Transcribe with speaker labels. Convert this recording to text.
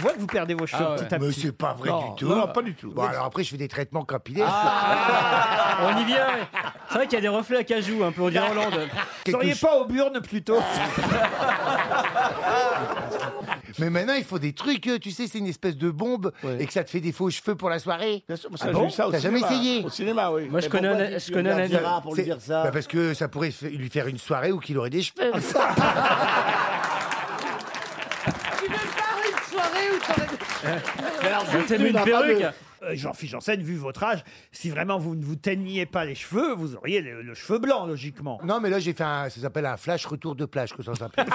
Speaker 1: vois que vous perdez vos cheveux
Speaker 2: Ah ouais.
Speaker 1: petit à
Speaker 3: Mais
Speaker 1: petit.
Speaker 3: c'est pas vrai
Speaker 1: Non,
Speaker 3: du tout.
Speaker 1: non, Ah, pas du tout.
Speaker 3: Bon, alors après, je fais des traitements capillaires.
Speaker 4: On y vient. ouais. C'est vrai qu'il y a des reflets à cajou, un peu, on dirait Hollande.
Speaker 1: Vous
Speaker 3: Quelque
Speaker 1: seriez
Speaker 3: chose-
Speaker 1: pas aux burnes plutôt
Speaker 5: Ah,
Speaker 3: Mais maintenant, il faut des trucs, euh, tu sais, c'est une espèce de bombe et que ça te fait des faux cheveux pour la soirée.
Speaker 5: Bien
Speaker 1: Ah
Speaker 5: sûr, ça, j'ai
Speaker 3: bon
Speaker 5: eu ça au
Speaker 3: T'as jamais
Speaker 5: cinéma.
Speaker 3: essayé
Speaker 5: Au cinéma, oui.
Speaker 4: Moi, je
Speaker 6: Mais
Speaker 4: connais
Speaker 6: pourquoi
Speaker 4: un-
Speaker 6: tu-
Speaker 4: je
Speaker 6: tu
Speaker 4: connais un
Speaker 6: regardes
Speaker 4: ami-
Speaker 6: Gérard pour lui
Speaker 3: C'est-
Speaker 6: dire ça.
Speaker 3: Bah, parce que ça pourrait f- lui faire une soirée où qu'il aurait des cheveux.
Speaker 7: Tu veux faire une soirée où t'aurais...
Speaker 4: Je t'ai mis une perruque.
Speaker 1: Euh, Jean-Philippe Janssen, vu votre âge, si vraiment vous ne vous teigniez pas les cheveux, vous auriez le, le cheveu blanc, logiquement.
Speaker 3: non, mais là, j'ai fait un. Ça s'appelle un flash retour de plage, que ça s'appelle.